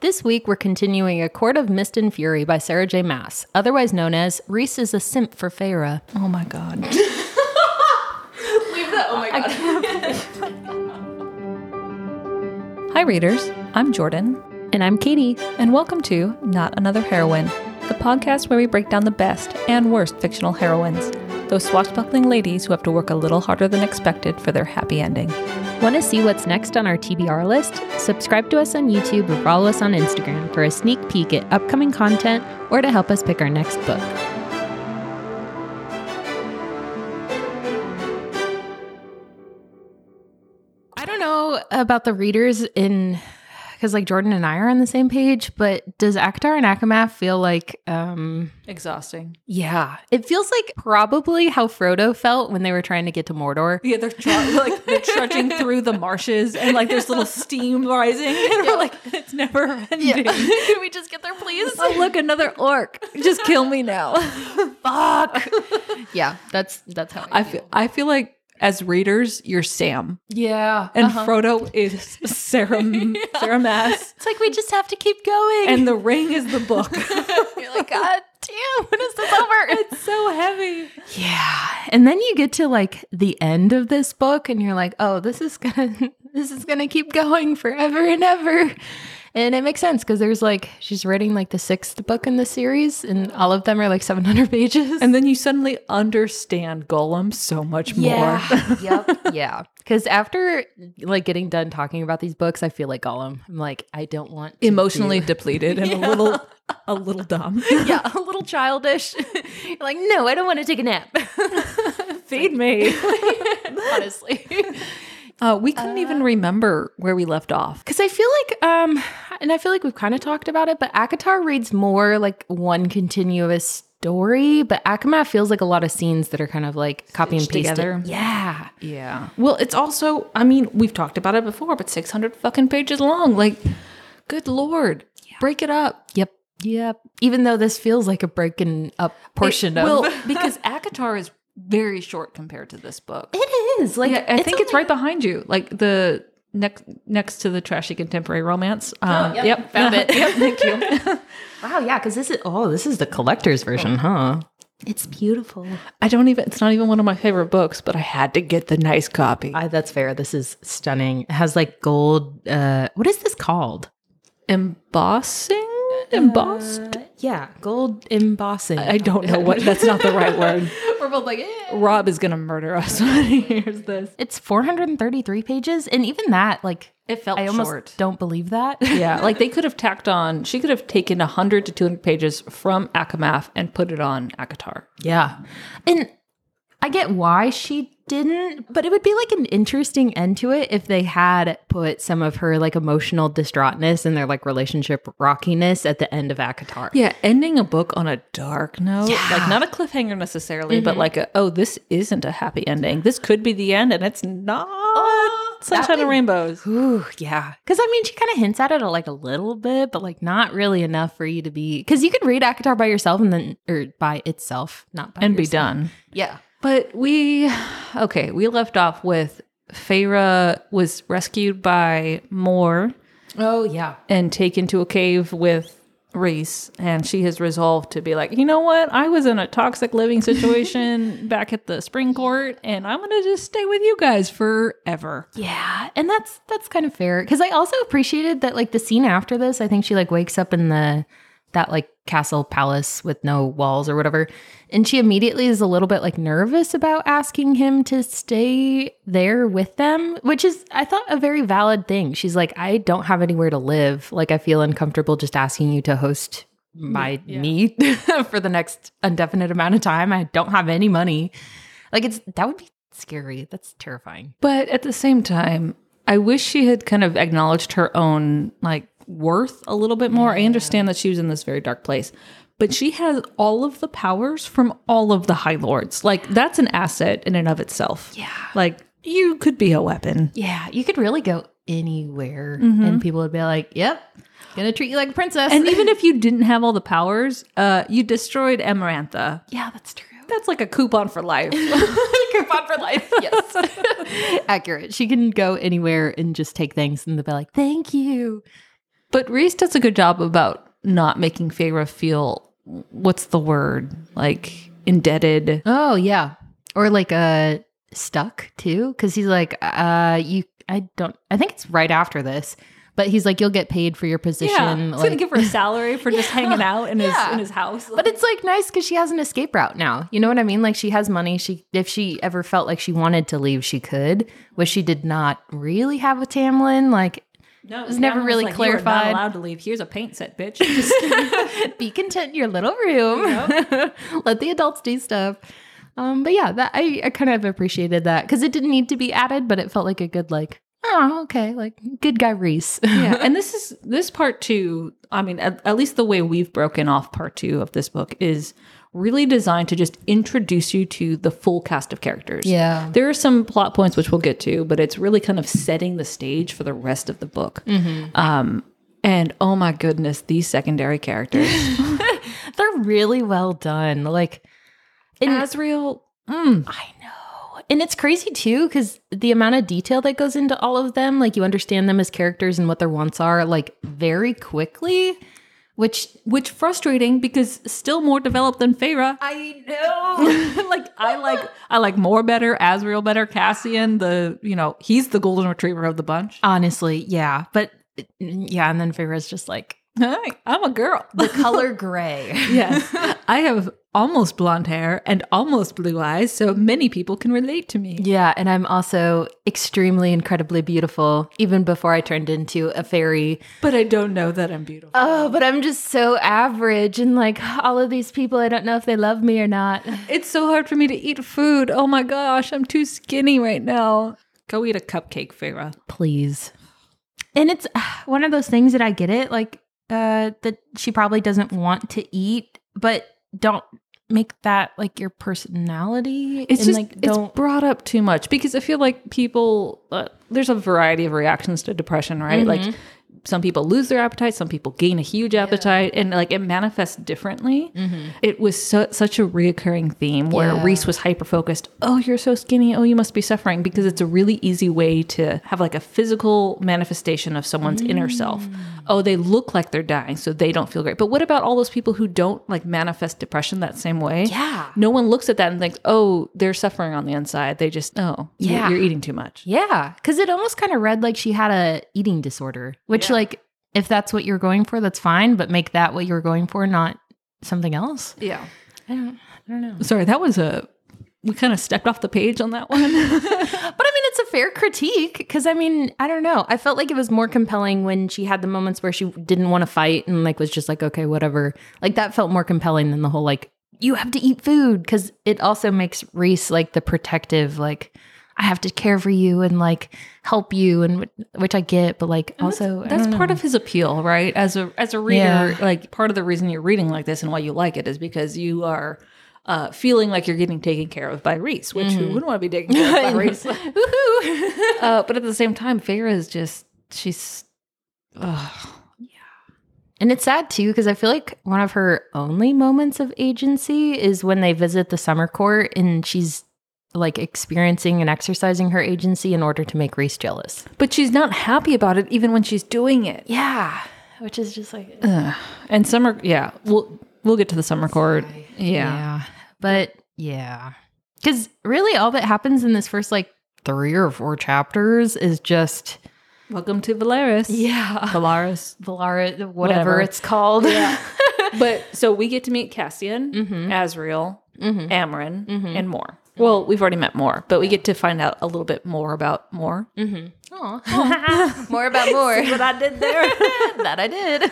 This week, we're continuing A Court of Mist and Fury by Sarah J. Mass, otherwise known as Reese is a Simp for Feyre. Oh my god. Leave that. Oh my god. Hi, readers. I'm Jordan, And I'm Katie. and welcome to Not Another Heroine, the podcast where we break down the best and worst fictional heroines, those swashbuckling ladies who have to work a little harder than expected for their happy ending. Want to see what's next on our TBR list? Subscribe to us on YouTube or follow us on Instagram for a sneak peek at upcoming content or to help us pick our next book. I don't know about the readers in because like Jordan and I are on the same page, but does Akhtar and Akamath feel like um Exhausting. yeah, it feels like probably how Frodo felt when they were trying to get to Mordor. Yeah, they're tr- like they're trudging through the marshes, and like there's little steam rising, and we're like, it's never ending. Can we just get there, please? Oh, look, another orc! Just kill me now. Fuck. yeah, that's that's how I feel. I feel like as readers, you're Sam, Yeah. and Frodo is Sarah, Sarah Mass, It's like we just have to keep going. and the ring is the book. you're like, God damn, when is this over? it's so heavy. yeah. And then you get to like the end of this book and you're like, oh, this is gonna this is gonna keep going forever and ever. And it makes sense because there's like she's writing like the sixth book in the series, and all of them are like 700 pages. And then you suddenly understand Gollum so much more. yep. Yeah. Because after like getting done talking about these books, I feel like Gollum. I'm like, I don't want to Emotionally do- depleted and a little, a little dumb. yeah, a little childish. You're like, no, I don't want to take a nap. Feed me. Honestly. Uh, we couldn't even remember where we left off. Cause I feel like um and I feel like we've kind of talked about it, but Akatar reads more like one continuous story, but Akama feels like a lot of scenes that are kind of like copy and paste together. Yeah. Yeah. Well, it's also, I mean, we've talked about it before, but 600 fucking pages long. Like, good lord. Break it up. Yep. Yep. Even though this feels like a breaking up portion of Well, because Akatar is very short compared to this book. it is. Like Yeah, I think it's right behind you, like the next next to the trashy contemporary romance. Um, yep, yep, found it. yep, thank you. Wow, yeah, because this is oh, this is the collector's version, huh? Oh. It's beautiful. I don't even. It's not even one of my favorite books, but I had to get the nice copy. I, that's fair. This is stunning. It has like gold. Uh, what is this called? Embossing, embossed. Yeah, gold embossing. I don't know what. That's not the right word. We're both like, "Eh." Rob is gonna murder us when he hears this. it's 433 pages, and even that, like, It felt I almost don't believe that. Yeah, like they could have tacked on. She could have taken hundred to two hundred pages from Akamath and put it on Akatar. yeah, and I get why she didn't, but it would be like an interesting end to it if they had put some of her like emotional distraughtness and their like relationship rockiness at the end of Akatar. Yeah, ending a book on a dark note, Yeah. Mm-hmm. like not a cliffhanger necessarily, but like a, oh, this isn't a happy ending. This could be the end, and it's not Oh, sunshine and rainbows. Ooh, yeah. Because I mean, she kind of hints at it a, like a little bit, but like not really enough for you to be. Because you could read Akatar by yourself and then, or by itself, not by And be yourself. done. Yeah. But we, okay, we left off with Feyre was rescued by Moore Oh yeah. and taken to a cave with Reese, and she has resolved to be like, you know what? I was in a toxic living situation back at the spring court, and I'm gonna just stay with you guys forever. Yeah, and that's that's kind of fair because I also appreciated that like the scene after this. I think she like wakes up in the that like castle palace with no walls or whatever, and she immediately is a little bit like nervous about asking him to stay there with them, which is I thought a very valid thing. She's like, I don't have anywhere to live. Like I feel uncomfortable just asking you to host my me for the next indefinite amount of time. I don't have any money. Like it's that would be scary. That's terrifying. But at the same time, I wish she had kind of acknowledged her own like worth a little bit more. I understand that she was in this very dark place, but she has all of the powers from all of the High Lords. Like that's an asset in and of itself. Yeah. Like you could be a weapon. Yeah, you could really go anywhere, and people would be like, "Yep, gonna treat you like a princess." Mm-hmm. And even if you didn't have all the powers, uh, you destroyed Amarantha. yeah, that's true. That's like a coupon for life. Coupon for life. Yes, accurate. She can go anywhere and just take things, and they'll be like, "Thank you." But Reese does a good job about not making Feyre feel what's the word like indebted. Oh yeah, or like uh stuck too, because he's like, uh, you. I don't. I think it's right after this, but he's like, you'll get paid for your position. like- her a salary for just hanging out in Yeah. house. but it's like nice because she has an escape route now. You know what I mean? Like she has money. She if she ever felt like she wanted to leave, she could. Which she did not really have with Tamlin. Like no, it was never really clarified. allowed to leave. Here's a paint set, bitch. Just- be content in your little room. Let the adults do stuff. Um, but yeah, that I, I kind of appreciated that because it didn't need to be added, but it felt like a good like. Oh, okay, like good guy Reese. yeah, and this is this part two. I mean, at, at least the way we've broken off part two of this book is really designed to just introduce you to the full cast of characters. Yeah. There are some plot points which we'll get to, but it's really kind of setting the stage for the rest of the book. Um, and oh my goodness, these secondary characters. They're really well done. Like, and, Asriel, I know. And it's crazy too, because the amount of detail that goes into all of them, like you understand them as characters and what their wants are, like very quickly, which which frustrating because still more developed than Feyre. I know. like I like I like more better, Asriel better, Cassian, the you know, he's the golden retriever of the bunch. Honestly, yeah. But yeah, and then Feyre's just like Hi, I'm a girl. the color gray. yes. I have almost blonde hair and almost blue eyes, so many people can relate to me. Yeah, and I'm also extremely incredibly beautiful, even before I turned into a fairy. But I don't know that I'm beautiful. Oh, but I'm just so average, and like all of these people, I don't know if they love me or not. It's so hard for me to eat food. Oh my gosh, I'm too skinny right now. Go eat a cupcake, Farah. please. And it's uh, one of those things that I get it, like uh that she probably doesn't want to eat, but don't make that like your personality. It's and, just like it's brought up too much because I feel like people uh, there's a variety of reactions to depression, right? Like Mm-hmm. some people lose their appetite, some people gain a huge appetite, and like it manifests differently. It was so, such a reoccurring theme where Mm-hmm. Yeah. Reese was hyper focused. Oh, you're so skinny. Oh, you must be suffering because it's a really easy way to have like a physical manifestation of someone's inner self. Mm. Oh, they look like they're dying, so they don't feel great. But what about all those people who don't like manifest depression that same way? Yeah. no one looks at that and thinks, "Oh, they're suffering on the inside." They just, "Oh, you're- Yeah. you're eating too much." Yeah, because it almost kind of read like she had a eating disorder, which like if that's what you're going for, that's fine, but make that what you're going for, not something else. Yeah. I don't, I don't know. Sorry, that was a we kind of stepped off the page on that one. But I mean, it's a fair critique because I mean, I don't know. I felt like it was more compelling when she had the moments where she didn't want to fight and like was just like, okay, whatever. Like that felt more compelling than the whole like, you have to eat food because it also makes Reese like the protective, like, I have to care for you and like help you, and wh- which I get, but like also That's part of his appeal, right? As a as a reader, Yeah. like part of the reason you're reading like this and why you like it is because you are uh, feeling like you're getting taken care of by Reese, which who wouldn't want to be taken care of by Reese? uh, but at the same time, Feyre is just she's And it's sad too because I feel like one of her only moments of agency is when they visit the summer court and she's like experiencing and exercising her agency in order to make Reese jealous. but she's not happy about it even when she's doing it. Yeah, which is just like And summer, yeah, we'll we'll get to the summer court. Yeah. yeah. But yeah. Cuz really all that happens in this first like 3 or 4 chapters is just Welcome to Valeris. yeah, Valeris. Valara whatever, Whatever. it's called. Yeah. but so we get to meet Cassian, Azriel, Amarin, and more. Well, we've already met more, but we get to find out a little bit more about more. more about more. What I did there. that I did.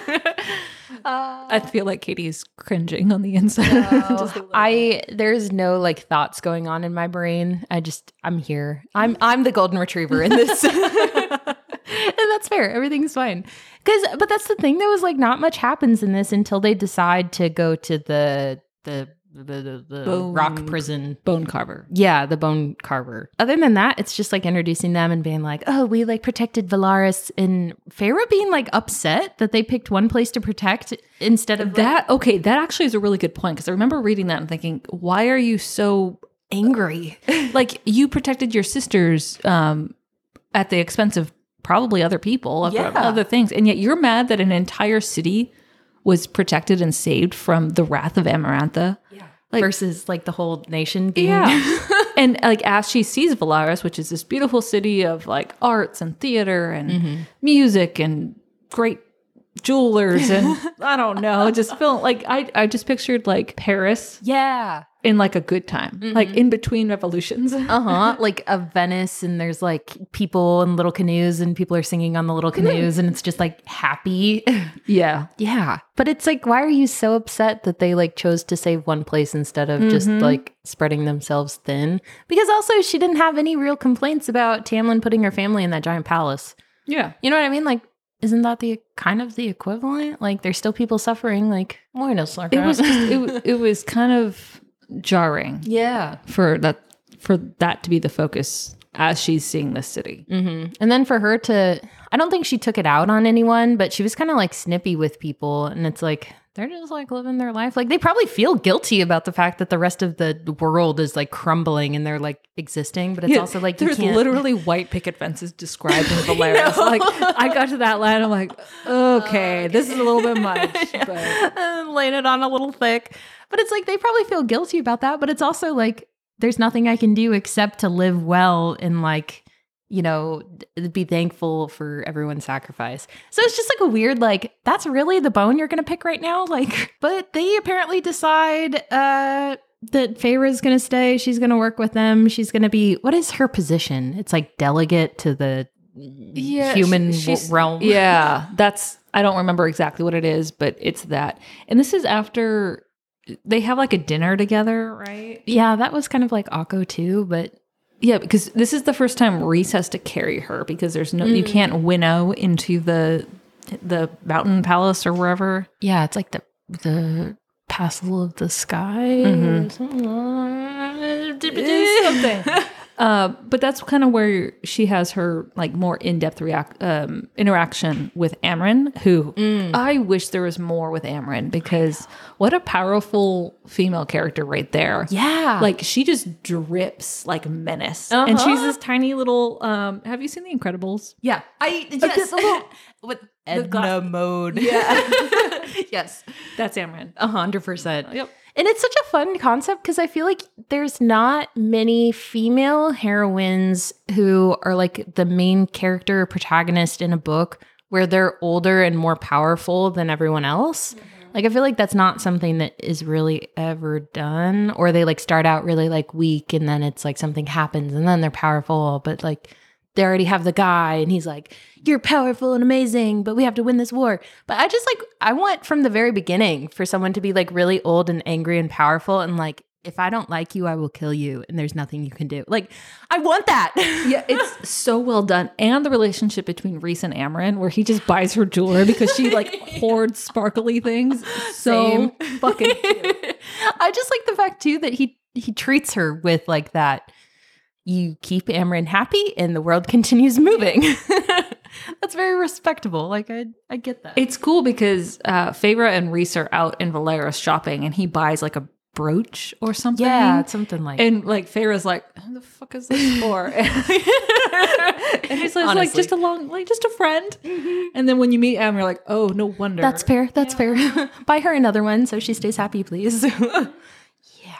I feel like Katie is cringing on the inside. Just a little. Oh, I there's no like thoughts going on in my brain. I just I'm here. I'm I'm the golden retriever in this. and that's fair. Everything's fine. Cuz but that's the thing that was like not much happens in this until they decide to go to the the the, the, the Bone. rock prison. Bone carver. Yeah, the bone carver. Other than that, it's just like introducing them and being like, "Oh, we like protected Valaris," and Feyre being like upset that they picked one place to protect instead of that That okay, that actually is a really good point because I remember reading that and thinking, why are you so angry. like you protected your sisters um at the expense of probably other people, other- Yeah. other things. And yet you're mad that an entire city was protected and saved from the wrath of Amarantha. Like- versus like the whole nation being Yeah. and like as she sees Valaris, which is this beautiful city of like arts and theater and music and great jewelers and I don't know, just feel like I I just pictured like Paris yeah. in like a good time, like in between revolutions. Uh-huh. like a Venice and there's like people in little canoes and people are singing on the little canoes and it's just like happy. Yeah. yeah. But it's like why are you so upset that they like chose to save one place instead of just Mm-hmm. like spreading themselves thin? Because also she didn't have any real complaints about Tamlin putting her family in that giant palace. Yeah. You know what I mean? Like isn't that the kind of the equivalent? Like there's still people suffering like Moinos It was just, it, wa- it was kind of jarring yeah. for that for that to be the focus as she's seeing this city. hmm And then for her to, I don't think she took it out on anyone, but she was kind of like snippy with people. And it's like, they're just like living their life. Like they probably feel guilty about the fact that the rest of the world is like crumbling and they're like existing, but it's also like, you there's can't. literally white picket fences described in Valeris. like I got to that line, I'm like, okay, this is a little bit much. But laying it on a little thick. But it's like they probably feel guilty about that. But it's also like there's nothing I can do except to live well and like, you know, d- be thankful for everyone's sacrifice. So it's just like a weird, like, that's really the bone you're going to pick right now. Like, but they apparently decide, uh, that Feyre's gonna stay. She's gonna work with them. She's gonna be what is her position? It's like delegate to the human she- she's- realm. Yeah, that's I don't remember exactly what it is, but it's that. And this is after they have like a dinner together, right? yeah, that was kind of like Akko too, but Yeah, because this is the first time Reese has to carry her because there's no you can't winnow into the the mountain palace or wherever. Yeah, it's like the the Castle of the Sky. Mm-hmm. Uh, but that's kind of where she has her like more in depth react um, interaction with Amryn, who I wish there was more with Amryn because what a powerful female character right there. Yeah. Like she just drips like menace, and she's this tiny little. Um, have you seen The Incredibles? yeah. I yes. With Edna glass- mode. Yeah. yes. That's Amryn. A hundred percent. Yep. And it's such a fun concept because I feel like there's not many female heroines who are like the main character or protagonist in a book where they're older and more powerful than everyone else. Like I feel like that's not something that is really ever done or they like start out really like weak and then it's like something happens and then they're powerful but like they already have the guy and he's like you're powerful and amazing but we have to win this war but i just like i want from the very beginning for someone to be like really old and angry and powerful and like if i don't like you i will kill you and there's nothing you can do like i want that Yeah, it's so well done. And the relationship between Reese and Amarin, where he just buys her jewelry because she like hoards sparkly things. So fucking i just like the fact too that he he treats her with like that you keep Amryn happy and the world continues moving that's very respectable like i i get that It's cool because uh Feyre and Reese are out in Valeris shopping and he buys like a brooch or something. yeah it's something like And like Feyre's like, who the fuck is this for? and he's like, like Honestly. Mm-hmm. just a long like just a friend. And then when you meet Am, you're like, oh no wonder. That's fair. That's fair. Buy her another one so she stays happy, please. yeah.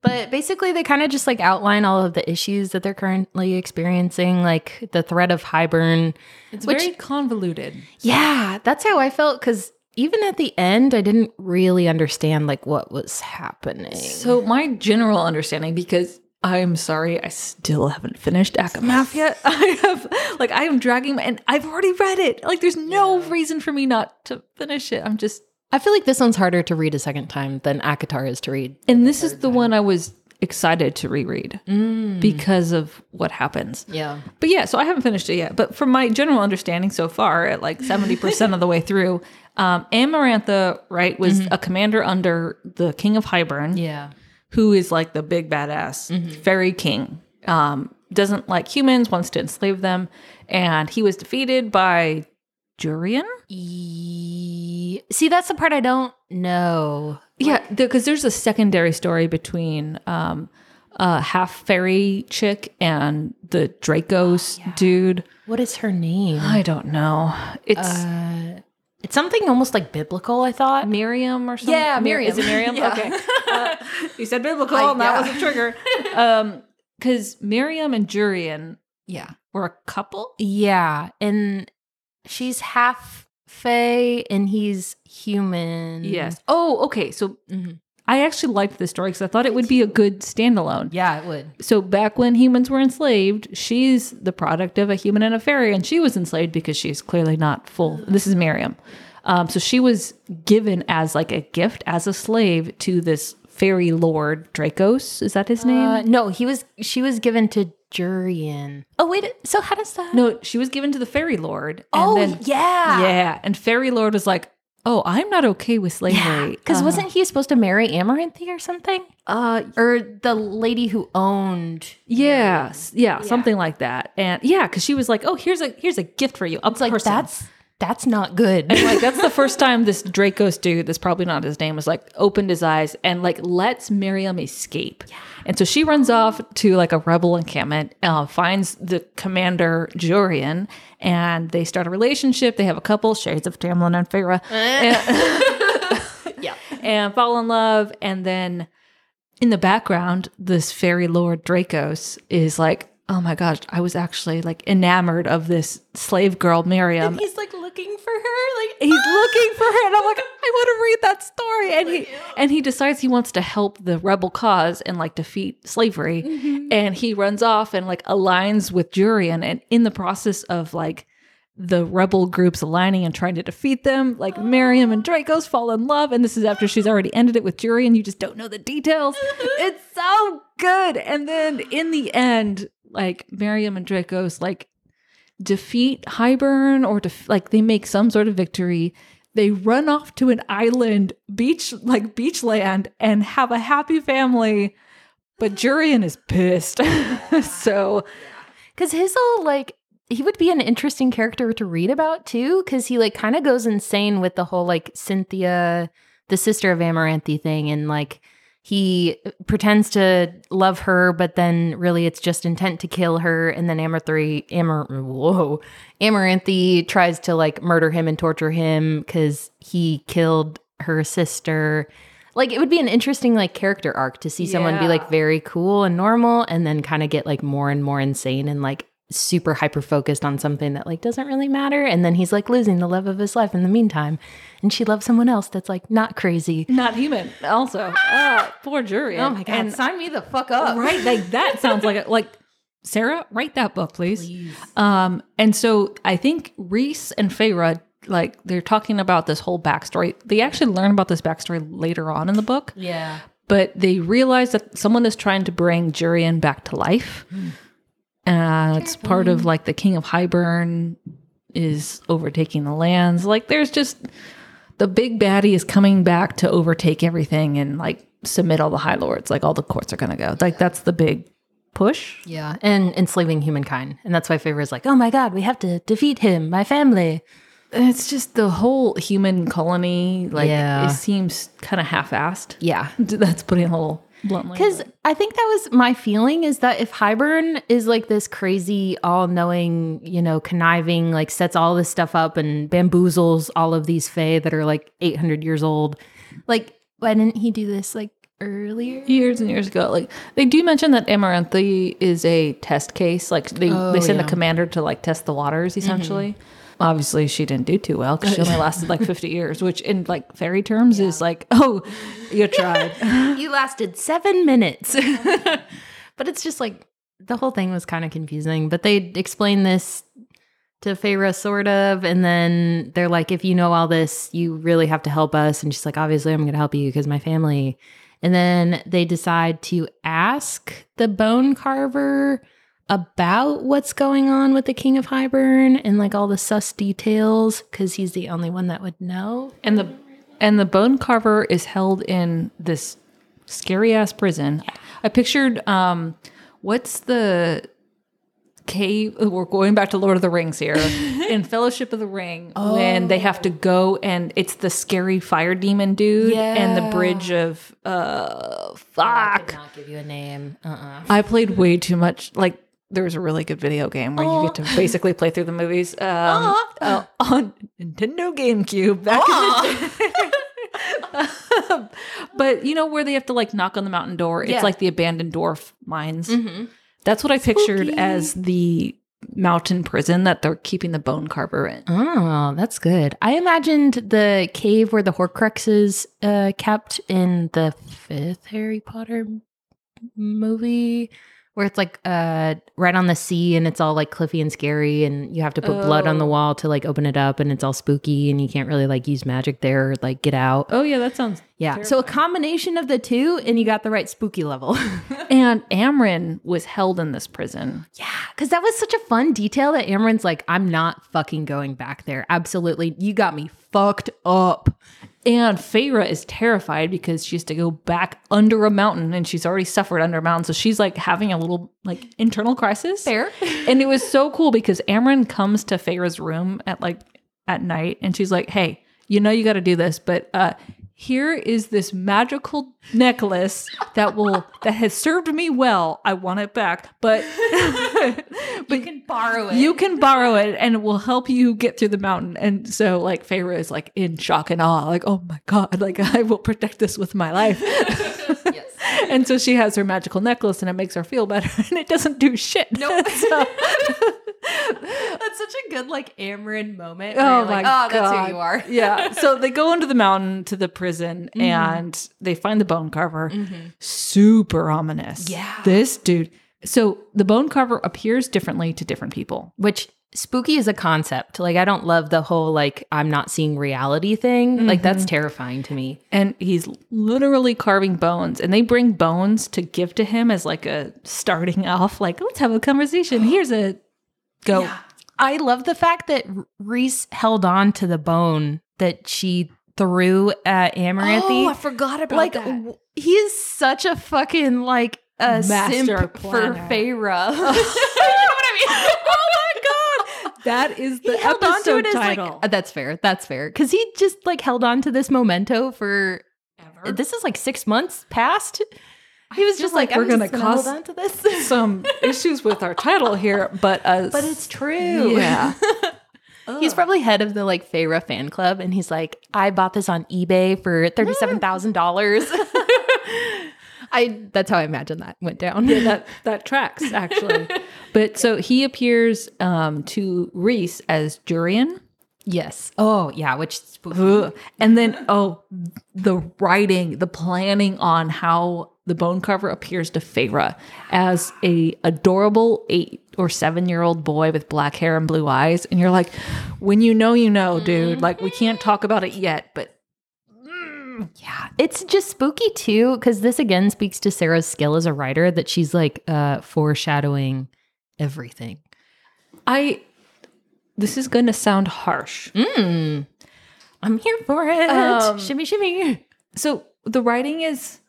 But basically, they kind of just like outline all of the issues that they're currently experiencing, like the threat of Highburn. it's very convoluted. Yeah, that's how I felt because even at the end, I didn't really understand like what was happening. So my general understanding, because I'm sorry, I still haven't finished Akamath yet. I have like I am dragging my, and I've already read it. Like there's no reason for me not to finish it. I'm just I feel like this one's harder to read a second time than Akatar is to read. and this is the one I was excited to reread because of what happens. Yeah. But yeah, so I haven't finished it yet. But from my general understanding so far, at like 70% of the way through, um, Amarantha, right, was a commander under the King of Hybern. Yeah. who is like the big badass fairy king. Um, doesn't like humans, wants to enslave them, and he was defeated by Jurian. E- See, that's the part I don't know. Yeah, because there's a secondary story between um, uh, half fairy chick and the Dracos dude. What is her name? Oh, I don't know. It's Uh, it's something almost like biblical, I thought. Uh, Miriam or something. Yeah, Mir- Miriam. Is it Miriam? Yeah. Okay. Uh, you said biblical, I- and that yeah. was a trigger. Um, because Miriam and Jurian Yeah. were a couple. Yeah. And she's half fae and he's human. Oh, okay. So Mhm. I actually liked this story because I thought it would be a good standalone. Yeah, it would. So back when humans were enslaved, she's the product of a human and a fairy, and she was enslaved because she's clearly not full. This is Miriam. Um, so she was given as like a gift as a slave to this fairy lord Dracos. Is that his name? Uh, no, he was. She was given to Jurian. Oh wait, so how does that? No, she was given to the fairy lord. And oh then, yeah, yeah. And fairy lord was like, "Oh, I'm not okay with slavery." Because Uh, wasn't he supposed to marry Amaranthe or something, uh, or the lady who owned? yeah, s- yeah, something like that. And yeah, because she was like, "Oh, here's a here's a gift for you." A It's like person. that's that's not good. And, like that's the first time this Dracos dude, that's probably not his name, was like opened his eyes and like lets Miriam escape. And so she runs off to like a rebel encampment, uh, finds the commander Jurian, and they start a relationship. They have a couple shades of Tamlin and Farah. yeah, and fall in love. And then in the background, this fairy lord Dracos is like, oh my gosh, I was actually like enamored of this slave girl Miriam. he's like looking for her. Like He's looking for her, and I'm like, I want to read that story. And he and he decides he wants to help the rebel cause and like defeat slavery. And he runs off and like aligns with Jurian. And in the process of like the rebel groups aligning and trying to defeat them. Like Miriam and Draco's fall in love, and this is after she's already ended it with Jury, and you just don't know the details. it's so good. And then in the end, like Miriam and Draco's like defeat Highburn, or def- like they make some sort of victory. They run off to an island beach, like beach land, and have a happy family. But Jurian is pissed. so because his whole like he would be an interesting character to read about too because he like kind of goes insane with the whole like cynthia the sister of amaranthe thing and like he uh, pretends to love her but then really it's just intent to kill her and then amaranthe Amar, whoa amaranthe tries to like murder him and torture him because he killed her sister like it would be an interesting like character arc to see someone be Yeah. like very cool and normal and then kind of get like more and more insane and like super hyper focused on something that like doesn't really matter and then he's like losing the love of his life in the meantime and she loves someone else that's like not crazy Oh not human. Also, uh, poor Jurian. And sign me the fuck up right like that sounds like a, like sarah write that book please. um and so i think reese and feyre like they're talking about this whole backstory they actually learn about this backstory later on in the book yeah but they realize that someone is trying to bring jurian back to life uh, it's part of like the king of highburn is overtaking the lands like there's just the big baddie is coming back to overtake everything and like submit all the high lords like all the courts are gonna go like that's the big push yeah and enslaving humankind and that's why favor is like oh my god we have to defeat him my family And it's just the whole human colony like Yeah. it seems kind of half-assed yeah that's putting it a little bluntly Because I think that was my feeling is that if Highburn is like this crazy, all knowing, you know, conniving, like sets all this stuff up and bamboozles all of these Fae that are like 800 years old, like, why didn't he do this like earlier? years and years ago. Like they do mention that Amaranthe is a test case. Like they, they send the commander to like test the waters essentially. Obviously, she didn't do too well because she only lasted like fifty years, which in like fairy terms is like, oh, you tried. you lasted seven minutes. but it's just like the whole thing was kind of confusing. But they explain this to Feyre sort of, and then they're like, if you know all this, you really have to help us. And she's like, obviously, I'm going to help you because my family. And then they decide to ask the bone carver about what's going on with the king of Highburn and like all the sus details because he's the only one that would know. and the and the bone carver is held in this scary ass prison. I pictured um, what's the cave. We're going back to Lord of the Rings here in Fellowship of the Ring when they have to go and it's the scary fire demon dude and the bridge of uh I fuck. could not give you a name. Uh-uh. I played way too much. Like there was a really good video game where you get to basically play through the movies um, uh, on Nintendo GameCube back in the day. but you know where they have to like knock on the mountain door. It's Yeah. like the abandoned dwarf mines. Mm-hmm. That's what I pictured as the mountain prison that they're keeping the bone carver in. Oh, that's good. I imagined the cave where the Horcruxes uh, kept in the fifth Harry Potter m- movie, where it's like uh, right on the sea and it's all like cliffy and scary, and you have to put blood on the Oh. wall to like open it up, and it's all spooky, and you can't really like use magic there or like get out. Oh yeah, that sounds. Yeah. So a combination of the two, and you got the right spooky level. And Amryn was held in this prison. Yeah, because that was such a fun detail that Amarin's like, I'm not fucking going back there. Absolutely. You got me fucked up. And Feyre is terrified because she has to go back under a mountain and she's already suffered under a mountain. So she's like having a little like internal crisis. Fair. and it was so cool because Amryn comes to Feyre's room at like at night and she's like, "Hey, you know you got to do this, but uh here is this magical necklace that will that has served me well. I want it back, but but Borrow you can borrow it and it will help you get through the mountain. And so like Pharaoh is like in shock and awe, like, oh my God, like I will protect this with my life. And so she has her magical necklace and it makes her feel better and it doesn't do shit. No. so, That's such a good, like, Amarin moment. oh my "Ah, God. are. Mm-hmm. yeah. So they go into the mountain to the prison and they find the bone carver. Super ominous. Yeah. This dude. So the bone carver appears differently to different people. Which spooky is a concept. Like, I don't love the whole, like, I'm not seeing reality thing. Like, that's Mm-hmm. terrifying to me. and he's literally carving bones and they bring bones to give to him as like a starting off like let's have a conversation here's a go I love the fact that R- Reese held on to the bone that she threw at Amaranthi. forgot about like w- he is such a fucking like a Master simp planner. for Feyre. you know what I mean? Oh my god. that is the He held on to episode it as title like uh, that's fair. That's fair. Cuz he just like held on to this memento for this is like 6 months past. He was feel just like, like we're I'm gonna just gonna cause- hold on to this. some issues with our title here but uh But it's true. yeah He's probably head of the like Feyre fan club and he's like, I bought this on eBay Mm. for $37,000. I that's how I imagine that went down. that that tracks actually but so he appears um to reese as jurian Yes. Oh, yeah. Which spooky. Ugh. And then, oh, the writing, the planning on how the bone carver appears to Feyre as a adorable eight or seven year old boy with black hair and blue eyes, and you're like, when you know, you know, dude. Like we can't talk about it yet, but Yeah. It's just spooky too, because this again speaks to Sarah's skill as a writer that she's like uh, foreshadowing everything. I. This is going to sound harsh. I'm here for it. Um, shimmy, shimmy. So the writing is,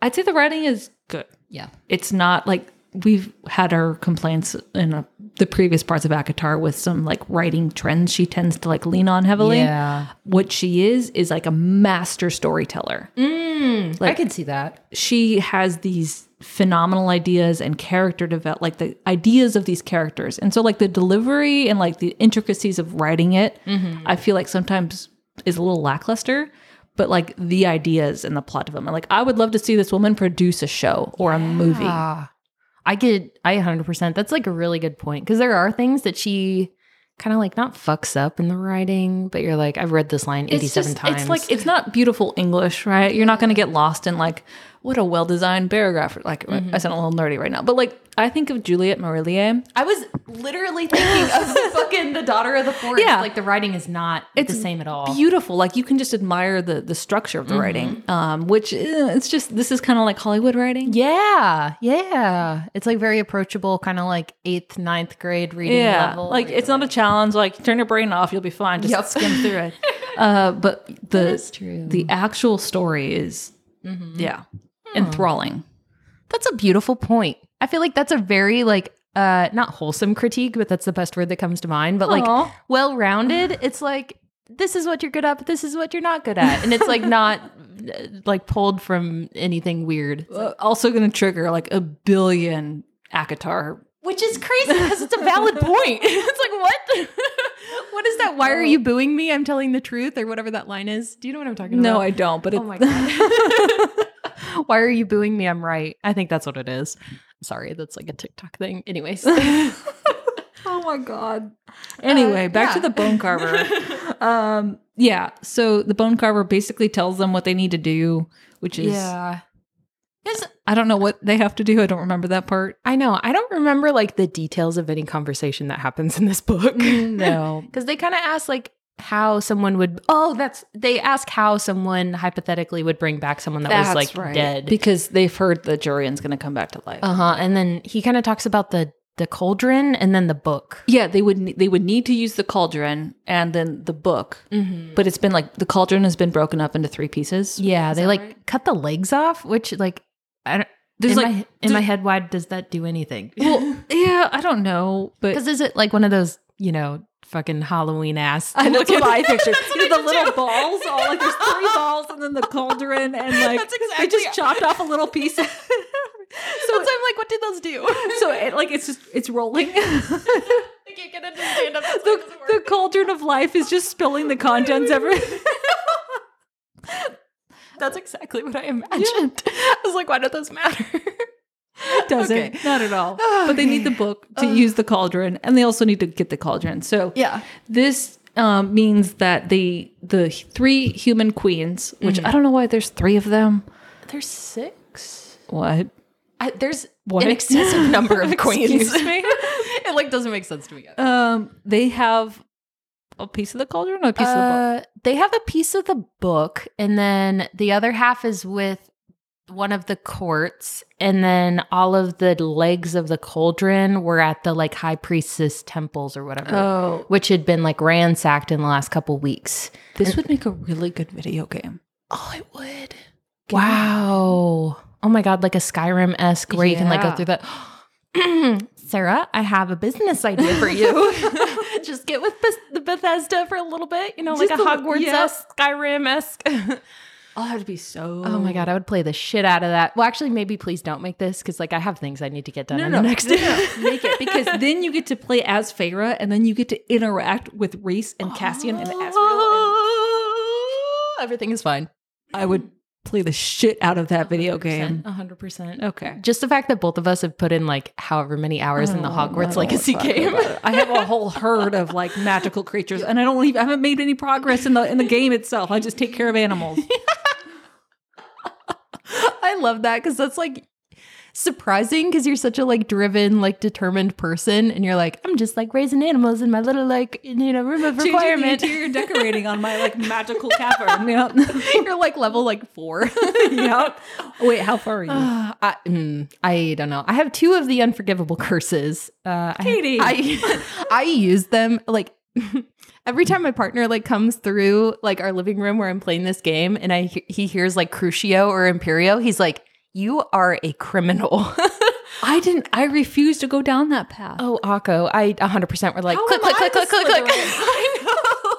I'd say the writing is good. Yeah. it's not like we've had our complaints in uh the previous parts of Akatar with some like writing trends she tends to like lean on heavily. Yeah. What she is is like a master storyteller. I could see that. She has these phenomenal ideas and character develop like the ideas of these characters. And so like the delivery and like the intricacies of writing it, I feel like sometimes is a little lackluster. But like the ideas and the plot development, like I would love to see this woman produce a show or a movie. ah, I could, I 100%. That's like a really good point because there are things that she kind of like not fucks up in the writing, but you're like, I've read this line 87 it's just- times. It's like it's not beautiful English, right? You're not going to get lost in like what a well-designed paragraph. Like Mm-hmm. I sound a little nerdy right now, but like I think of Juliette Marillier. I was literally thinking of fucking the daughter of the forest. Yeah. Like the writing is not It's the same at all. Beautiful, like you can just admire the the structure of the Mm-hmm. writing, um, which eh, it's just this is kind of like Hollywood writing. Yeah, yeah. It's like very approachable, kind of like eighth, ninth grade reading level. like it's not a challenge. Like turn your brain off, you'll be fine. Just Yep. skim through it. Uh, but the true. Mm-hmm. the actual story is Hmm. yeah enthralling. that's a beautiful point. I feel like that's a very like uh not wholesome critique, but that's the best word that comes to mind, but like Aw. well rounded. It's like this is what you're good at, but this is what you're not good at. And it's like not uh, like pulled from anything weird. Uh, also going to trigger like a billion Akatar. Which is crazy because it's a valid point. it's like what? what is that? Why are you booing me? I'm telling the truth or whatever that line is. Do you know what I'm talking about? No, I don't. But it, Oh my god. Why are you booing me? I'm right. I think that's what it is. Sorry, that's like a TikTok thing. Anyways. oh my god. Anyway, back to yeah. the bone carver. um, yeah. So the bone carver basically tells them what they need to do, which is It's- I don't know what they have to do. I don't remember that part. I know. I don't remember like the details of any conversation that happens in this book. Mm. No. Cuz they kind of ask like how someone would Oh, that's they ask how someone hypothetically would bring back someone that was like dead. because they've heard the Jorian's going to come back to life. uh-huh. And then he kind of talks about the the cauldron and then the book. yeah, they would ne- they would need to use the cauldron and then the book, Mhm. but it's been like the cauldron has been broken up into three pieces. Yeah, Is they that like right? cut the legs off, which like I don't There's in like my, in there's- my head why does that do anything? well, yeah, I don't know, but Because is it like one of those, you know, fucking Halloween ass? I that's looking- what I pictured. That's You know, what the I little do. balls, all like there's three balls, and then the cauldron, and like That's they just exactly- chopped off a little piece. so So I'm like, what did those do? so it, like it's just it's rolling. the, I can't get it to stand up. That's why it doesn't work. the cauldron of life is just spilling the contents every. That's exactly what I imagined. I was like, why do those matter? It doesn't Okay. Uh. not at all. But they need the book to use the cauldron, and they also need to get the cauldron. So Yeah. this um, means that the the three human queens, which Mm-hmm. I don't know why there's three of them. There's six. What? I, there's What? an excessive number of queens. Excuse me? it like doesn't make sense to me. Um, they have a piece of the cauldron or a piece of the book. Uh, they have a piece of the book, and then the other half is with one of the courts, and then all of the legs of the cauldron were at the like high priestess temples or whatever, Oh, which had been like ransacked in the last couple weeks. this would make a really good video game. Oh, it would. Wow. Oh my god, like a Skyrim esque where you can like go Yeah. through that. Sarah, I have a business idea for you. Just get with Beth- the Bethesda for a little bit, you know, like Just a a little- Hogwarts yeah. esque, Skyrim esque. Oh, that'd be so. Oh my god, I would play the shit out of that. Well, actually, maybe please don't make this because like I have things I need to get done No, in no, the next no, no, make it because then you get to play as Feyre, and then you get to interact with Reese and Cassian and Asriel. Everything is fine. And I would play the shit out of that video game. hundred percent. Okay. Oh, Just the fact that both of us have put in like however many hours in the Oh, I don't Hogwarts wanna Legacy talk about game. it. I have a whole herd of like magical creatures, and I don't even I haven't made any progress in the in the game itself. I just take care of animals. I love that because that's like surprising because you're such a like driven, like determined person, and you're like, I'm just like raising animals in my little like you know room of Changing requirement. the interior decorating on my like magical cavern. Yep. you're like level like four. yep. Wait, how far are you? Uh, I, mm, I don't know. I have two of the unforgivable curses. Uh, I- Katie. I, I use them like every time my partner like comes through like our living room where I'm playing this game, and I he- he hears like Crucio or Imperio. He's like, "You are a criminal." I didn't. I refused to go down that path. oh, Akko, I 100 percent were like, Oh, How click, am click, I click, click, the click, click. Slytherin? I know.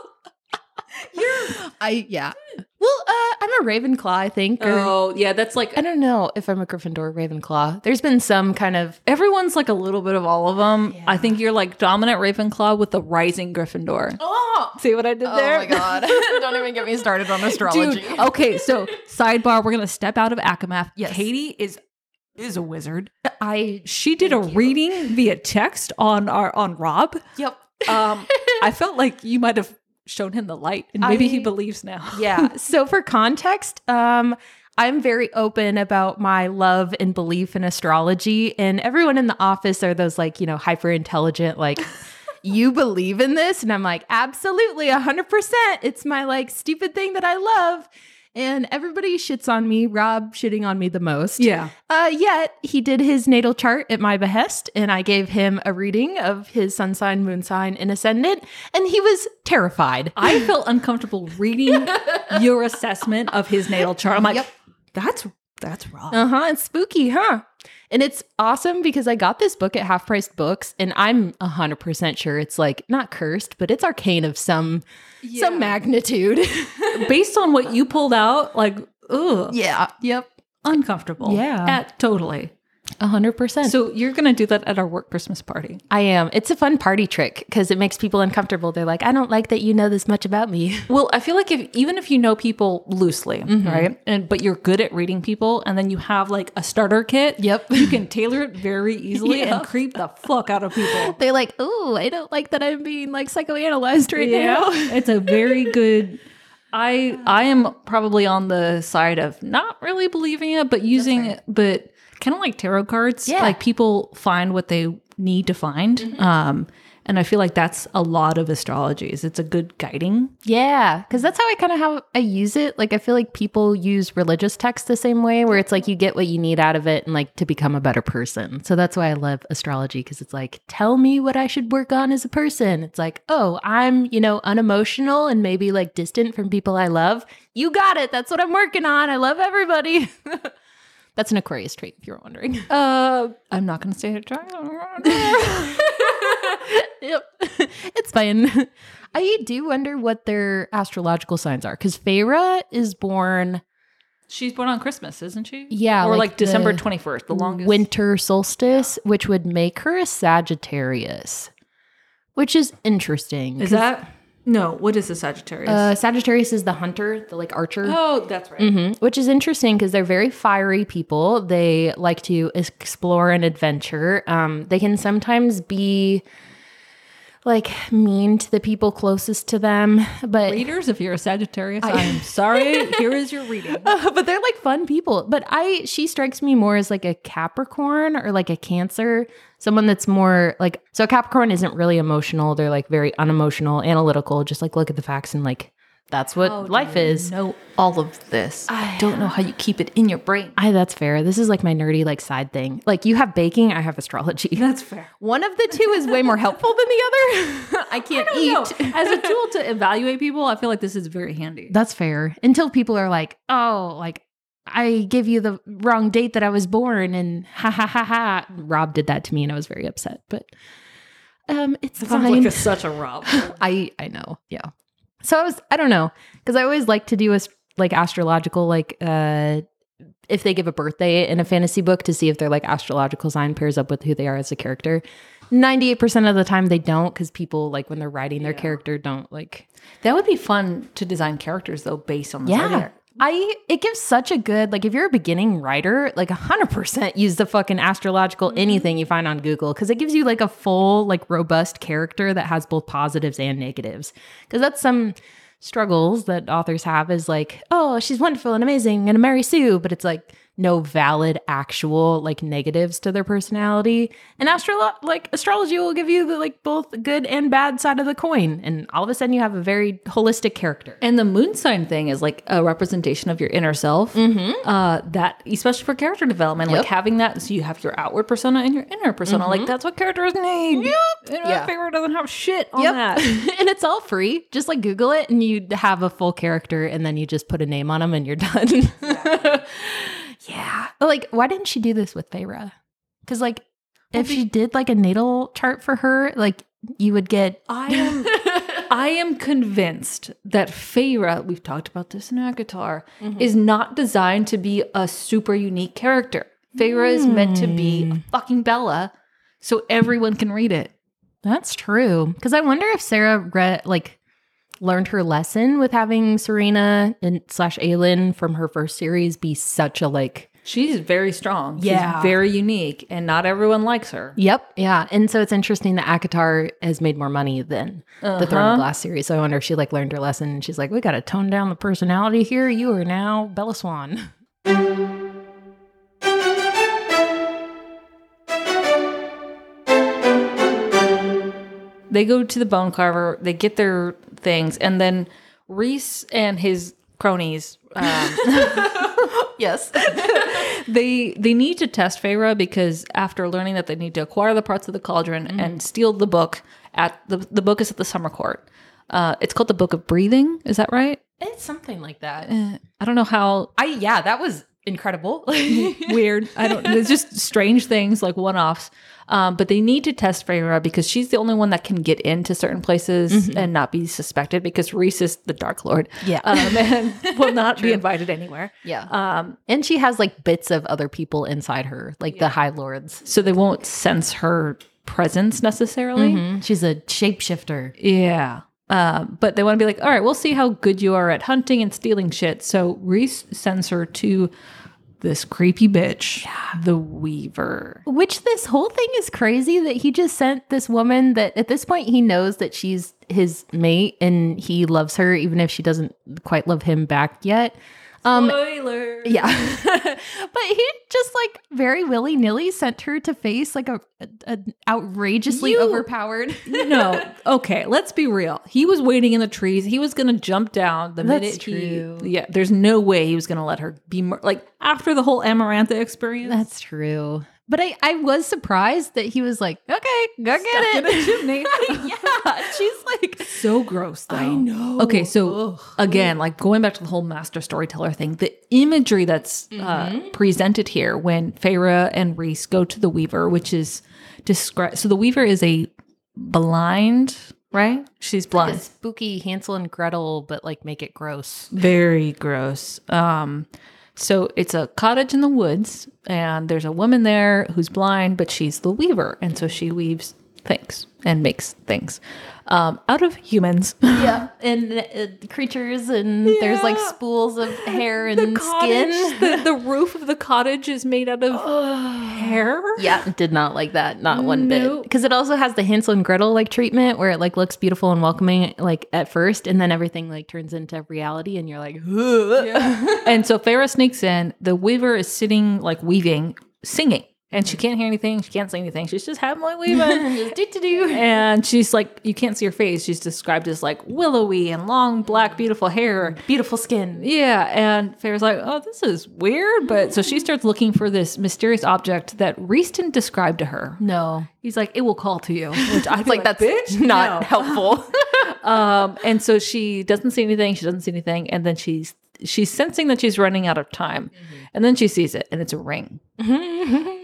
You're. I yeah. Well, uh, I'm a Ravenclaw, I think. or- Oh, yeah. That's like I don't know if I'm a Gryffindor or Ravenclaw. There's been some kind of everyone's like a little bit of all of them. Yeah. I think you're like dominant Ravenclaw with the rising Gryffindor. oh See what I did there? Don't even get me started on astrology. Dude, okay, so sidebar, we're gonna step out of Akamath. Yes. Katie is is a wizard. I She did a reading via text on our on Rob. yep. Um, I felt like you might have shown him the light, and maybe he I- believes now. Yeah. So for context, um I'm very open about my love and belief in astrology and everyone in the office are those like, you know, hyper intelligent like you believe in this and I'm like, absolutely 100%. It's my like stupid thing that I love. And everybody shits on me, Rob shitting on me the most. Yeah. Uh, yet he did his natal chart at my behest, and I gave him a reading of his sun sign, moon sign, and ascendant, and he was terrified. I felt uncomfortable reading your assessment of his natal chart. I'm like, Yep. that's that's wrong. Uh huh. Uh-huh, It's spooky, huh? And it's awesome because I got this book at half priced books, and I'm 100% sure it's like not cursed, but it's arcane of some some magnitude. Based on what you pulled out, like, ugh, yeah. Yep. uncomfortable. Yeah. At, totally. 100%. So you're going to do that at our work Christmas party. I am. It's a fun party trick because it makes people uncomfortable. They're like, I don't like that you know this much about me. Well, I feel like if even if you know people loosely, right? And but you're good at reading people and then you have like a starter kit, Yep. you can tailor it very easily and creep the fuck out of people. They're like, oh, I don't like that I'm being like psychoanalyzed right now. it's a very good I I am probably on the side of not really believing it, but using it, but kind of like tarot cards, Yeah. like people find what they need to find. Um and I feel like that's a lot of astrology. Is it's a good guiding Yeah, because that's how I kind of how I use it. Like I feel like people use religious texts the same way, where it's like you get what you need out of it and like to become a better person. So that's why I love astrology because it's like, tell me what I should work on as a person. It's like, oh, I'm you know unemotional and maybe like distant from people I love. You got it. That's what I'm working on. I love everybody. that's an Aquarius trait, if you're wondering. Uh, I'm not gonna stay here. yep. It's fine. I do wonder what their astrological signs are because Feyre is born She's born on Christmas, isn't she? Yeah, or like, like December the 21st, the longest. winter solstice, which would make her a Sagittarius, which is interesting. is 'cause, that no? What is the Sagittarius? uh, Sagittarius is the hunter, the like archer. oh, that's right. Mhm. Which is interesting because they're very fiery people. They like to explore and adventure. Um, they can sometimes be like mean to the people closest to them, but Readers, if you're a Sagittarius, I am sorry. Here is your reading. but they're like fun people. But I, she strikes me more as like a Capricorn or like a Cancer, someone that's more like, so a Capricorn isn't really emotional. They're like very unemotional, analytical, just like look at the facts and like, that's what life is. know all of this. I don't know how you keep it in your brain. I, that's fair. This is like my nerdy, like side thing. Like you have baking, I have astrology. That's fair. One of the two is way more helpful than the other. I can't No, eat. as a tool to evaluate people, I feel like this is very handy. That's fair. Until people are like, oh, like I gave you the wrong date that I was born, and ha ha ha ha. Rob did that to me, and I was very upset. But um, it's fine. such a rob. I I know, yeah. So I was I don't know because I always like to do a s- like astrological like uh if they give a birthday in a fantasy book to see if their like astrological sign pairs up with who they are as a character. Ninety eight percent of the time they don't because people like when they're writing their character don't like that would be fun to design characters though, based on the yeah. zodiac. I it gives such a good like if you're a beginning writer, like 100% use the fucking astrological anything you find on Google cuz it gives you like a full like robust character that has both positives and negatives. Cuz that's some struggles that authors have is like, "Oh, she's wonderful and amazing and gonna marry Sue," but it's like no valid actual like negatives to their personality. And astrolo- like astrology will give you the like both good and bad side of the coin and all of a sudden you have a very holistic character. And the moon sign thing is like a representation of your inner self. Mm-hmm. Uh, that especially for character development, like having that, so you have your outward persona and your inner persona. Like that's what characters need. Mm-hmm. Yep. And Yeah. Figure doesn't have shit on that. and it's all free. Just like Google it and you have a full character and then you just put a name on them and you're done. Yeah. But, Like, why didn't she do this with Feyre? Because, like, if she did like a natal chart for her, like, you would get. I am. I am convinced that Feyre, we've talked about this in Akatar, is not designed to be a super unique character. Feyre is meant to be a fucking Bella, so everyone can read it. That's true. Because I wonder if Sarah read, like, learned her lesson with having Serena and slash Aelin from her first series be such a, like, She's very strong. Yeah. She's very unique, and not everyone likes her. Yep. Yeah. And so it's interesting that Akatar has made more money than the Throne of Glass series. So I wonder if she like learned her lesson and she's like, we got to tone down the personality here. You are now Bella Swan. They go to the bone carver, they get their things, and then Reese and his cronies. Um, Yes. they they need to test Feyre because after learning that they need to acquire the parts of the cauldron and steal the book at the the book is at the summer court. Uh, it's called the Book of Breathing. Is that right? it's something like that. I don't know how I, yeah, that was incredible. weird. I don't. It's just strange things like one offs. Um, but they need to test Feyre because she's the only one that can get into certain places and not be suspected because Reese is the Dark Lord. Yeah. um, and will not be invited anywhere. yeah. Um, and she has like bits of other people inside her, like the High Lords. so they won't sense her presence necessarily. She's a shapeshifter. Yeah. Uh, but they want to be like, all right, we'll see how good you are at hunting and stealing shit. So Reese sends her to this creepy bitch, the Weaver. Which this whole thing is crazy that he just sent this woman that at this point he knows that she's his mate and he loves her, even if she doesn't quite love him back yet. Um, Spoiler. Yeah. but he just like very willy nilly sent her to face like a, a, an outrageously You- overpowered. no. Okay, let's be real. He was waiting in the trees. He was going to jump down the That's minute true. he Yeah, there's no way he was going to let her be mur- like after the whole Amarantha experience. That's true. But I, I was surprised that he was like, okay, go Stuck get in a it. chimney. yeah. She's like, so gross though. know. Okay, so again, like going back to the whole master storyteller thing, the imagery that's uh, presented here when Feyre and Reese go to the Weaver, which is described. So the Weaver is a blind, right? She's blind. spooky Hansel and Gretel, but like make it gross. Very gross. Um, so it's a cottage in the woods, and there's a woman there who's blind, but she's the weaver, and so she weaves things and makes things um, out of humans. Yeah. And uh, creatures, and there's like Yeah. spools of hair and skin. Cottage, the, the roof of the cottage is made out of hair. Yeah, did not like that, not one bit. Nope. Because it also has the Hansel and Gretel like treatment, where it like looks beautiful and welcoming like at first, and then everything like turns into reality, and you're like, "Ugh." and so Farah sneaks in. The weaver is sitting, like weaving, singing, and she can't hear anything. She can't say anything. She's just happily weaving. Just do-do-do. and she's like you can't see her face she's described as like willowy and long black beautiful hair beautiful skin. yeah and fair's like oh this is weird but so she starts looking for this mysterious object that reeston described to her No, he's like it will call to you which i it's like, that's not no. helpful. um and so she doesn't see anything she doesn't see anything and then she's she's sensing that she's running out of time Mm-hmm. and then she sees it and it's a ring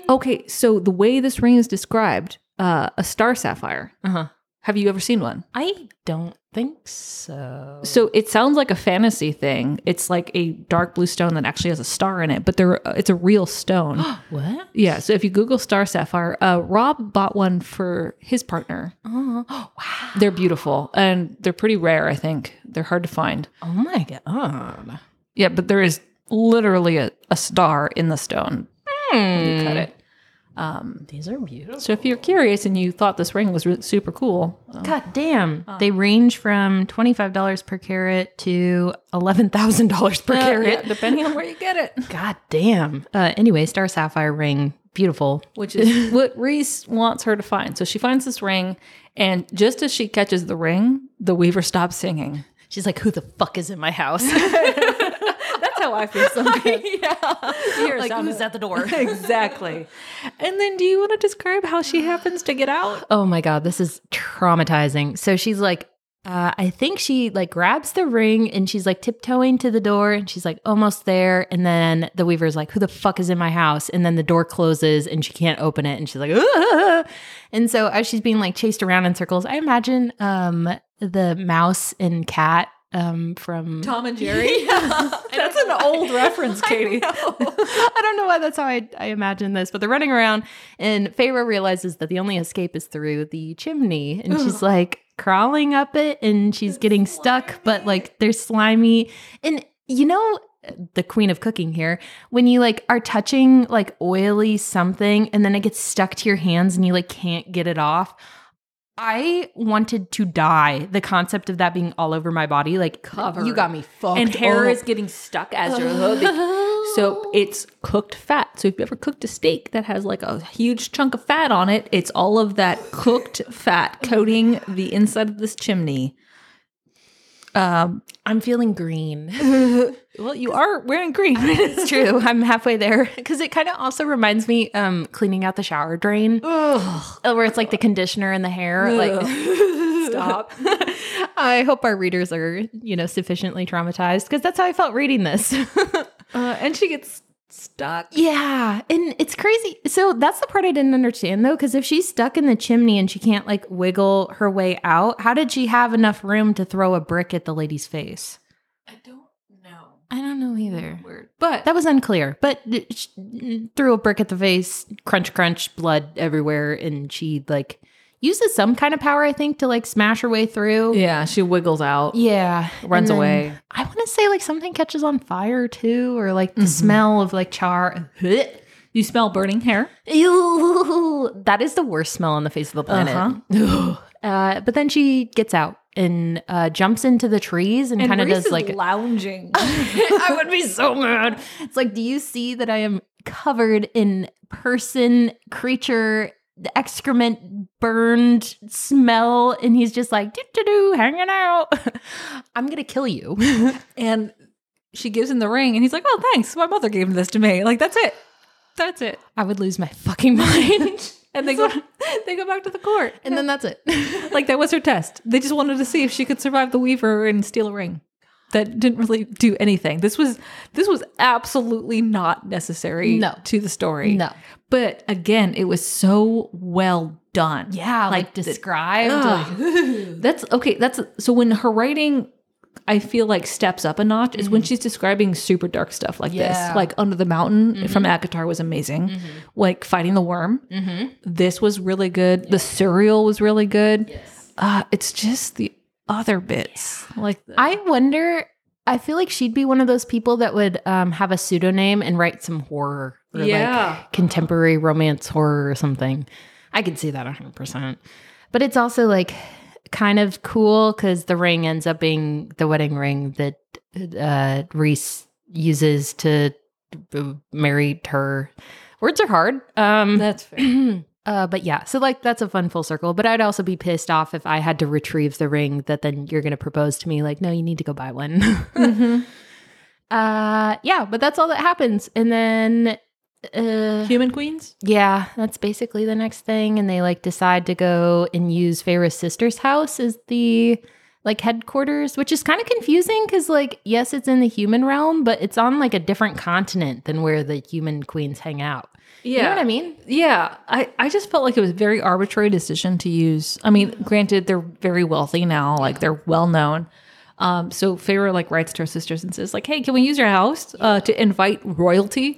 okay so the way this ring is described uh a star sapphire Uh-huh. have you ever seen one I don't think so. So it sounds like a fantasy thing. It's like a dark blue stone that actually has a star in it, but there it's a real stone. What? yeah. So if you Google star sapphire, uh, Rob bought one for his partner. Oh, wow! They're beautiful and they're pretty rare. I think they're hard to find. Oh my god! Yeah, but there is literally a, a star in the stone. You cut it. These are beautiful. So if you're curious and you thought this ring was re- super cool, God damn! They range from twenty five dollars per carat to eleven thousand dollars per carat. yeah, depending on where you get it, God damn. Uh, anyway, Star Sapphire ring, beautiful. which is what Reese wants her to find. So she finds this ring, and just as she catches the ring, the weaver stops singing. She's like, who the fuck is in my house? That's how I feel sometimes. yeah. like, who's at the door? Exactly. And then do you want to describe how she happens to get out? oh my god, this is traumatizing. So she's like, uh, I think she like grabs the ring and she's like tiptoeing to the door and she's like almost there. And then the weaver's like, Who the fuck is in my house? And then the door closes and she can't open it and she's like, "Ah!" And so as she's being like chased around in circles, I imagine um the mouse and cat um from Tom and Jerry. That's an old reference, Katie. I don't know why that's how I, I imagine this, but they're running around, and Feyre realizes that the only escape is through the chimney, and she's like crawling up it, and she's getting stuck, but like they're slimy, and you know the queen of cooking here when you like are touching like oily something and then it gets stuck to your hands and you like can't get it off i wanted to die the concept of that being all over my body like Covered. you got me fucked And hair up. is getting stuck as your hood. So it's cooked fat. So if you ever cooked a steak that has like a huge chunk of fat on it, it's all of that cooked fat coating the inside of this chimney. Um, i'm feeling green well, you are wearing green. It's true. I'm halfway there because it kind of also reminds me um cleaning out the shower drain uh, where it's like the conditioner in the hair like Stop. I hope our readers are, you know, sufficiently traumatized because that's how I felt reading this. Uh, and she gets stuck. Yeah, and it's crazy. So that's the part I didn't understand though, because if she's stuck in the chimney and she can't like wiggle her way out, how did she have enough room to throw a brick at the lady's face? I don't know. I don't know either. Weird. But That was unclear, but sh- threw a brick at the face, crunch, crunch, blood everywhere, and she like uses some kind of power, I think, to like smash her way through. yeah, she wiggles out, Yeah. runs And then away. I want to say like something catches on fire too, or like the Mhm. smell of like char. Blech. You smell burning hair. Ew. That is the worst smell on the face of the planet. Ugh. Uh, but then she gets out and uh, jumps into the trees and, kind of does like. lounging. I would be so mad. It's like, do you see that I am covered in person, creature, excrement, burned smell? And he's just like, doo doo doo, hanging out. I'm going to kill you. and she gives him the ring, and he's like, "Oh, thanks. My mother gave this to me. Like that's it. That's it." I would lose my fucking mind. And they go, they go back to the court. and then that's it. Like that was her test. They just wanted to see if she could survive the Weaver and steal a ring. That didn't really do anything. This was this was absolutely not necessary No. to the story. No. But again, it was so well done. Yeah, like, the- described. Ugh. that's okay. That's so when her writing I feel like steps up a notch is when she's describing super dark stuff like Yeah. this. Like Under the Mountain from Akatar was amazing. Like Fighting the Worm. mm-hmm. This was really good. The Surreal was really good. Uh, it's just the other bits. Like the- I wonder. I feel like she'd be one of those people that would um, have a pseudonym and write some horror, or Yeah. like contemporary romance horror or something. I could see that hundred percent. But it's also like kind of cool because the ring ends up being the wedding ring that uh, Reese uses to uh, marry her. Words are hard. Um, that's fair. uh, but yeah, so like that's a fun full circle. But I'd also be pissed off if I had to retrieve the ring that then you're going to propose to me. Like, no, you need to go buy one. uh, yeah, but that's all that happens. And then, uh, Human Queens? yeah, that's basically the next thing. And they like decide to go and use Farrah's sister's house as the like headquarters, which is kind of confusing because like yes, it's in the human realm, but it's on like a different continent than where the human queens hang out. Yeah. You know what I mean? Yeah, I, I just felt like it was a very arbitrary decision to use. I mean, granted, they're very wealthy now, like they're well known. Um, so Pharaoh like writes to her sisters and says like, "Hey, can we use your house uh, to invite royalty?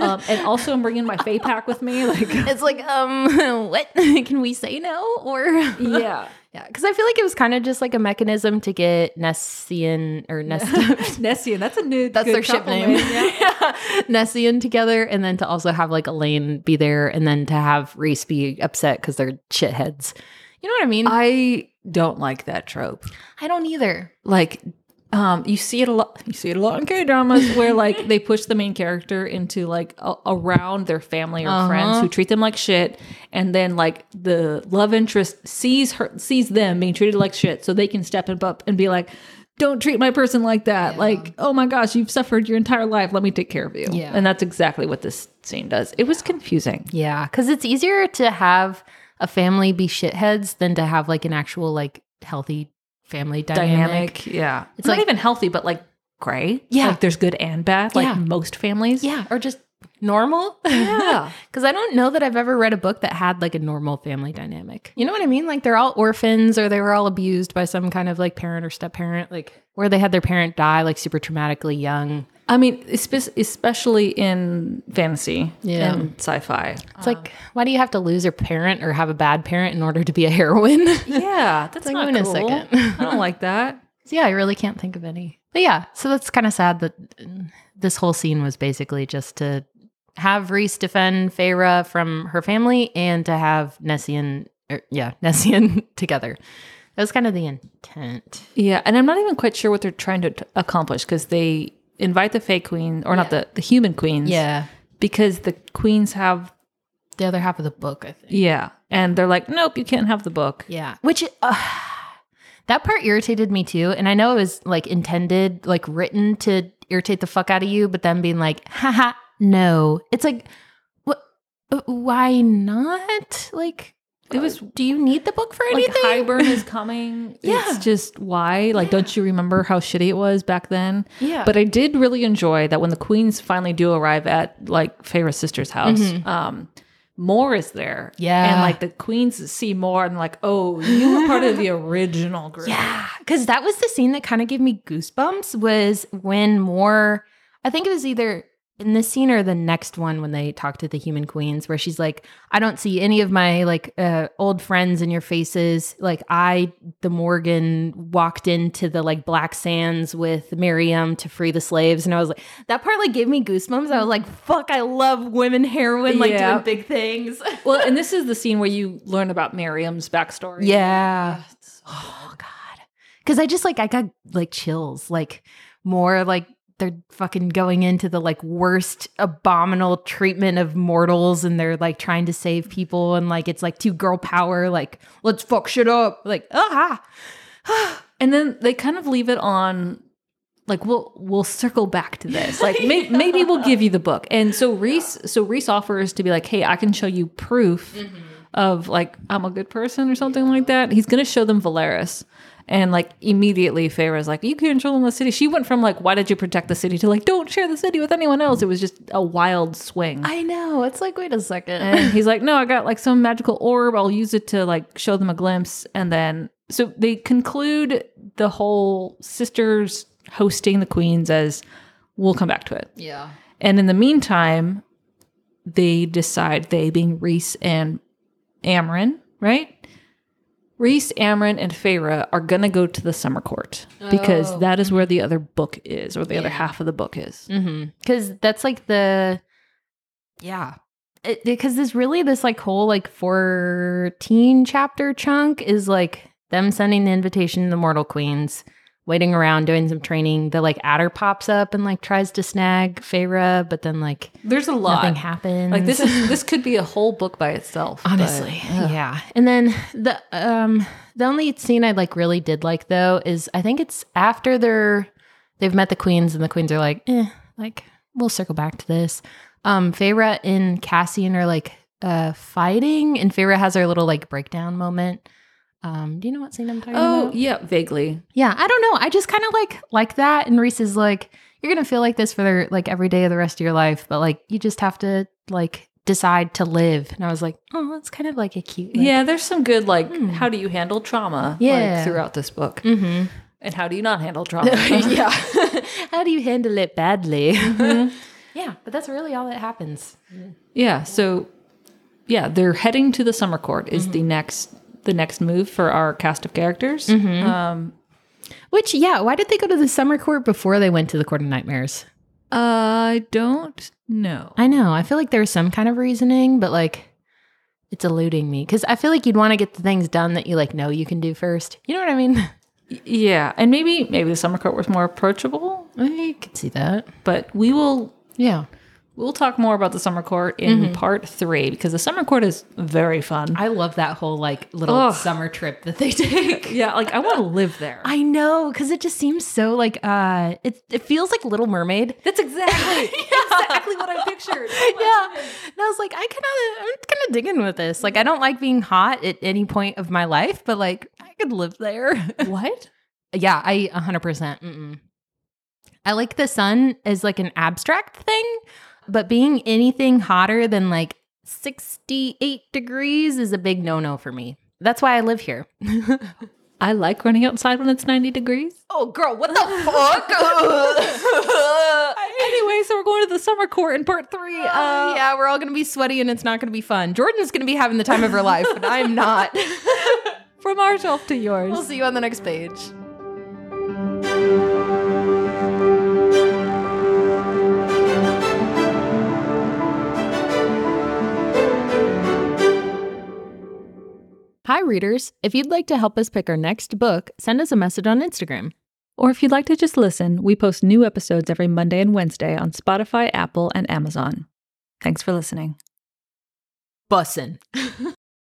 um, and also I'm bringing my Fay pack with me." Like, It's like, um, what can we say no? Or yeah, yeah, because I feel like it was kind of just like a mechanism to get Nessian or Nest Nessie, that's a new That's good their ship compliment. name. Yeah. Nessian together, and then to also have like Elaine be there, and then to have Reese be upset because they're shitheads. You know what I mean? Uh, I don't like that trope. I don't either. like um you see it a lot you see it a lot in K dramas where like they push the main character into like a- around their family or friends Uh-huh. who treat them like shit and then like the love interest sees her sees them being treated like shit so they can step up up and be like don't treat my person like that like oh my gosh you've suffered your entire life let me take care of you Yeah. and that's exactly what this scene does it was confusing Yeah, because it's easier to have a family be shitheads than to have like an actual like healthy family dynamic. dynamic yeah it's like- not even healthy but like gray Yeah. like there's good and bad like Yeah. most families Yeah, or just normal. yeah Because I don't know that I've ever read a book that had like a normal family dynamic. You know what I mean? Like they're all orphans or they were all abused by some kind of like parent or step parent, like where they had their parent die like super traumatically young. I mean, espe- especially in fantasy Yeah. and sci-fi. It's like, why do you have to lose a parent or have a bad parent in order to be a heroine? so Yeah, that's like, not wait a cool. second. I don't like that. yeah, I really can't think of any. But yeah, so that's kind of sad that mm, this whole scene was basically just to have Reese defend Feyre from her family and to have Nessian, or, yeah, Nessian together. That was kind of the intent. Yeah, and I'm not even quite sure what they're trying to t- accomplish because they invite the Fey Queen or not the the human queens. because the queens have the other half of the book, I think. yeah, and they're like, nope, you can't have the book. Yeah, which uh, that part irritated me too, and I know it was like intended, like written to irritate the fuck out of you, but then being like, haha, no, it's like, what? Why not? Like, it was Do you need the book for like anything? Highburn is coming. Yeah. It's just why? Like, don't you remember how shitty it was back then? Yeah. But I did really enjoy that when the queens finally do arrive at like Feyre's sister's house, um, more is there. Mm-hmm. Yeah. And like the queens see more and like, oh, you were part of the original group. Yeah, because that was the scene that kind of gave me goosebumps. Was when Moore, I think it was either in this scene or the next one when they talk to the human queens, where she's like, "I don't see any of my like uh, old friends in your faces. Like I, the Morgan, walked into the like Black Sands with Miriam to free the slaves," and I was like, that part like gave me goosebumps. I was like, "Fuck, I love women heroine like Yeah. doing big things." Well, and this is the scene where you learn about Miriam's backstory. Yeah. Oh god. Cuz I just like I got like chills like more like they're fucking going into the like worst abominable treatment of mortals and they're like trying to save people and like it's like two girl power like let's fuck shit up like ah And then they kind of leave it on like we'll we'll circle back to this. Like may, maybe we'll give you the book. And so Reese so Reese offers to be like, "Hey, I can show you proof of like I'm a good person or something like that." He's going to show them Valeris. And like immediately Feyre's like, "You control the city." She went from like, "Why did you protect the city?" to like, "Don't share the city with anyone else." It was just a wild swing. I know it's like wait a second And he's like, "No, I got like some magical orb. I'll use it to like show them a glimpse." And then so they conclude the whole sisters hosting the queens as we'll come back to it. yeah And in the meantime, they decide they being Reese and Amryn, right? Reese, Amryn, and Feyre are gonna go to the summer court because Oh. that is where the other book is, or the other half of the book is. Mhm cuz that's like the yeah It- because this really this like whole like 14 chapter chunk is like them sending the invitation to the mortal queens waiting around doing some training the like adder pops up and like tries to snag Feyre but then like There's a lot. nothing happens Like this is this could be a whole book by itself. but- honestly yeah and then the um the only scene i like really did like though is i think it's after they're they've met the queens and the queens are like eh, like we'll circle back to this um Feyre and cassian are like uh fighting and Feyre has her little like breakdown moment um do you know what scene i'm talking Oh about yeah, vaguely. yeah i don't know i just kind of like like that and reese is like you're gonna feel like this for the like every day of the rest of your life but like you just have to like decide to live and i was like oh that's kind of like a cute like, yeah, there's some good like Hmm. how do you handle trauma Yeah. like, throughout this book, Mm-hmm. and how do you not handle trauma? yeah. How do you handle it badly? Yeah, but that's really all that happens. yeah. So yeah, they're heading to the summer court is Mm-hmm. the next the next move for our cast of characters. Mm-hmm. Um, Which, yeah, why did they go to the summer court before they went to the court of nightmares? Uh, I don't know. I know. I feel like there's some kind of reasoning, but like it's eluding me because I feel like you'd want to get the things done that you like know you can do first. You know what I mean? Yeah, and maybe maybe the summer court was more approachable, I could see that. but we will Yeah. we'll talk more about the summer court in part three because the summer court is very fun. Mm-hmm. I love that whole like little Ugh. summer trip that they take. yeah, like I want to live there. I know, because it just seems so like uh it it feels like Little Mermaid. That's exactly exactly what I pictured. yeah. And I was like, I kind of, I'm kind of digging with this. Like, I don't like being hot at any point of my life, but like, I could live there. What? yeah, I 100%. Mm-mm. I like the sun as like an abstract thing, but being anything hotter than like 68 degrees is a big no no for me. That's why I live here. I like running outside when it's 90 degrees. oh, girl, what the fuck? Anyway, so we're going to the summer court in part three. Uh, Uh, yeah, we're all going to be sweaty and it's not going to be fun. Jordan's going to be having the time of her life, but I'm not. From our shelf to yours. We'll see you on the next page. Hi, readers. If you'd like to help us pick our next book, send us a message on Instagram. Or if you'd like to just listen, we post new episodes every Monday and Wednesday on Spotify, Apple, and Amazon. Thanks for listening. Bussin'.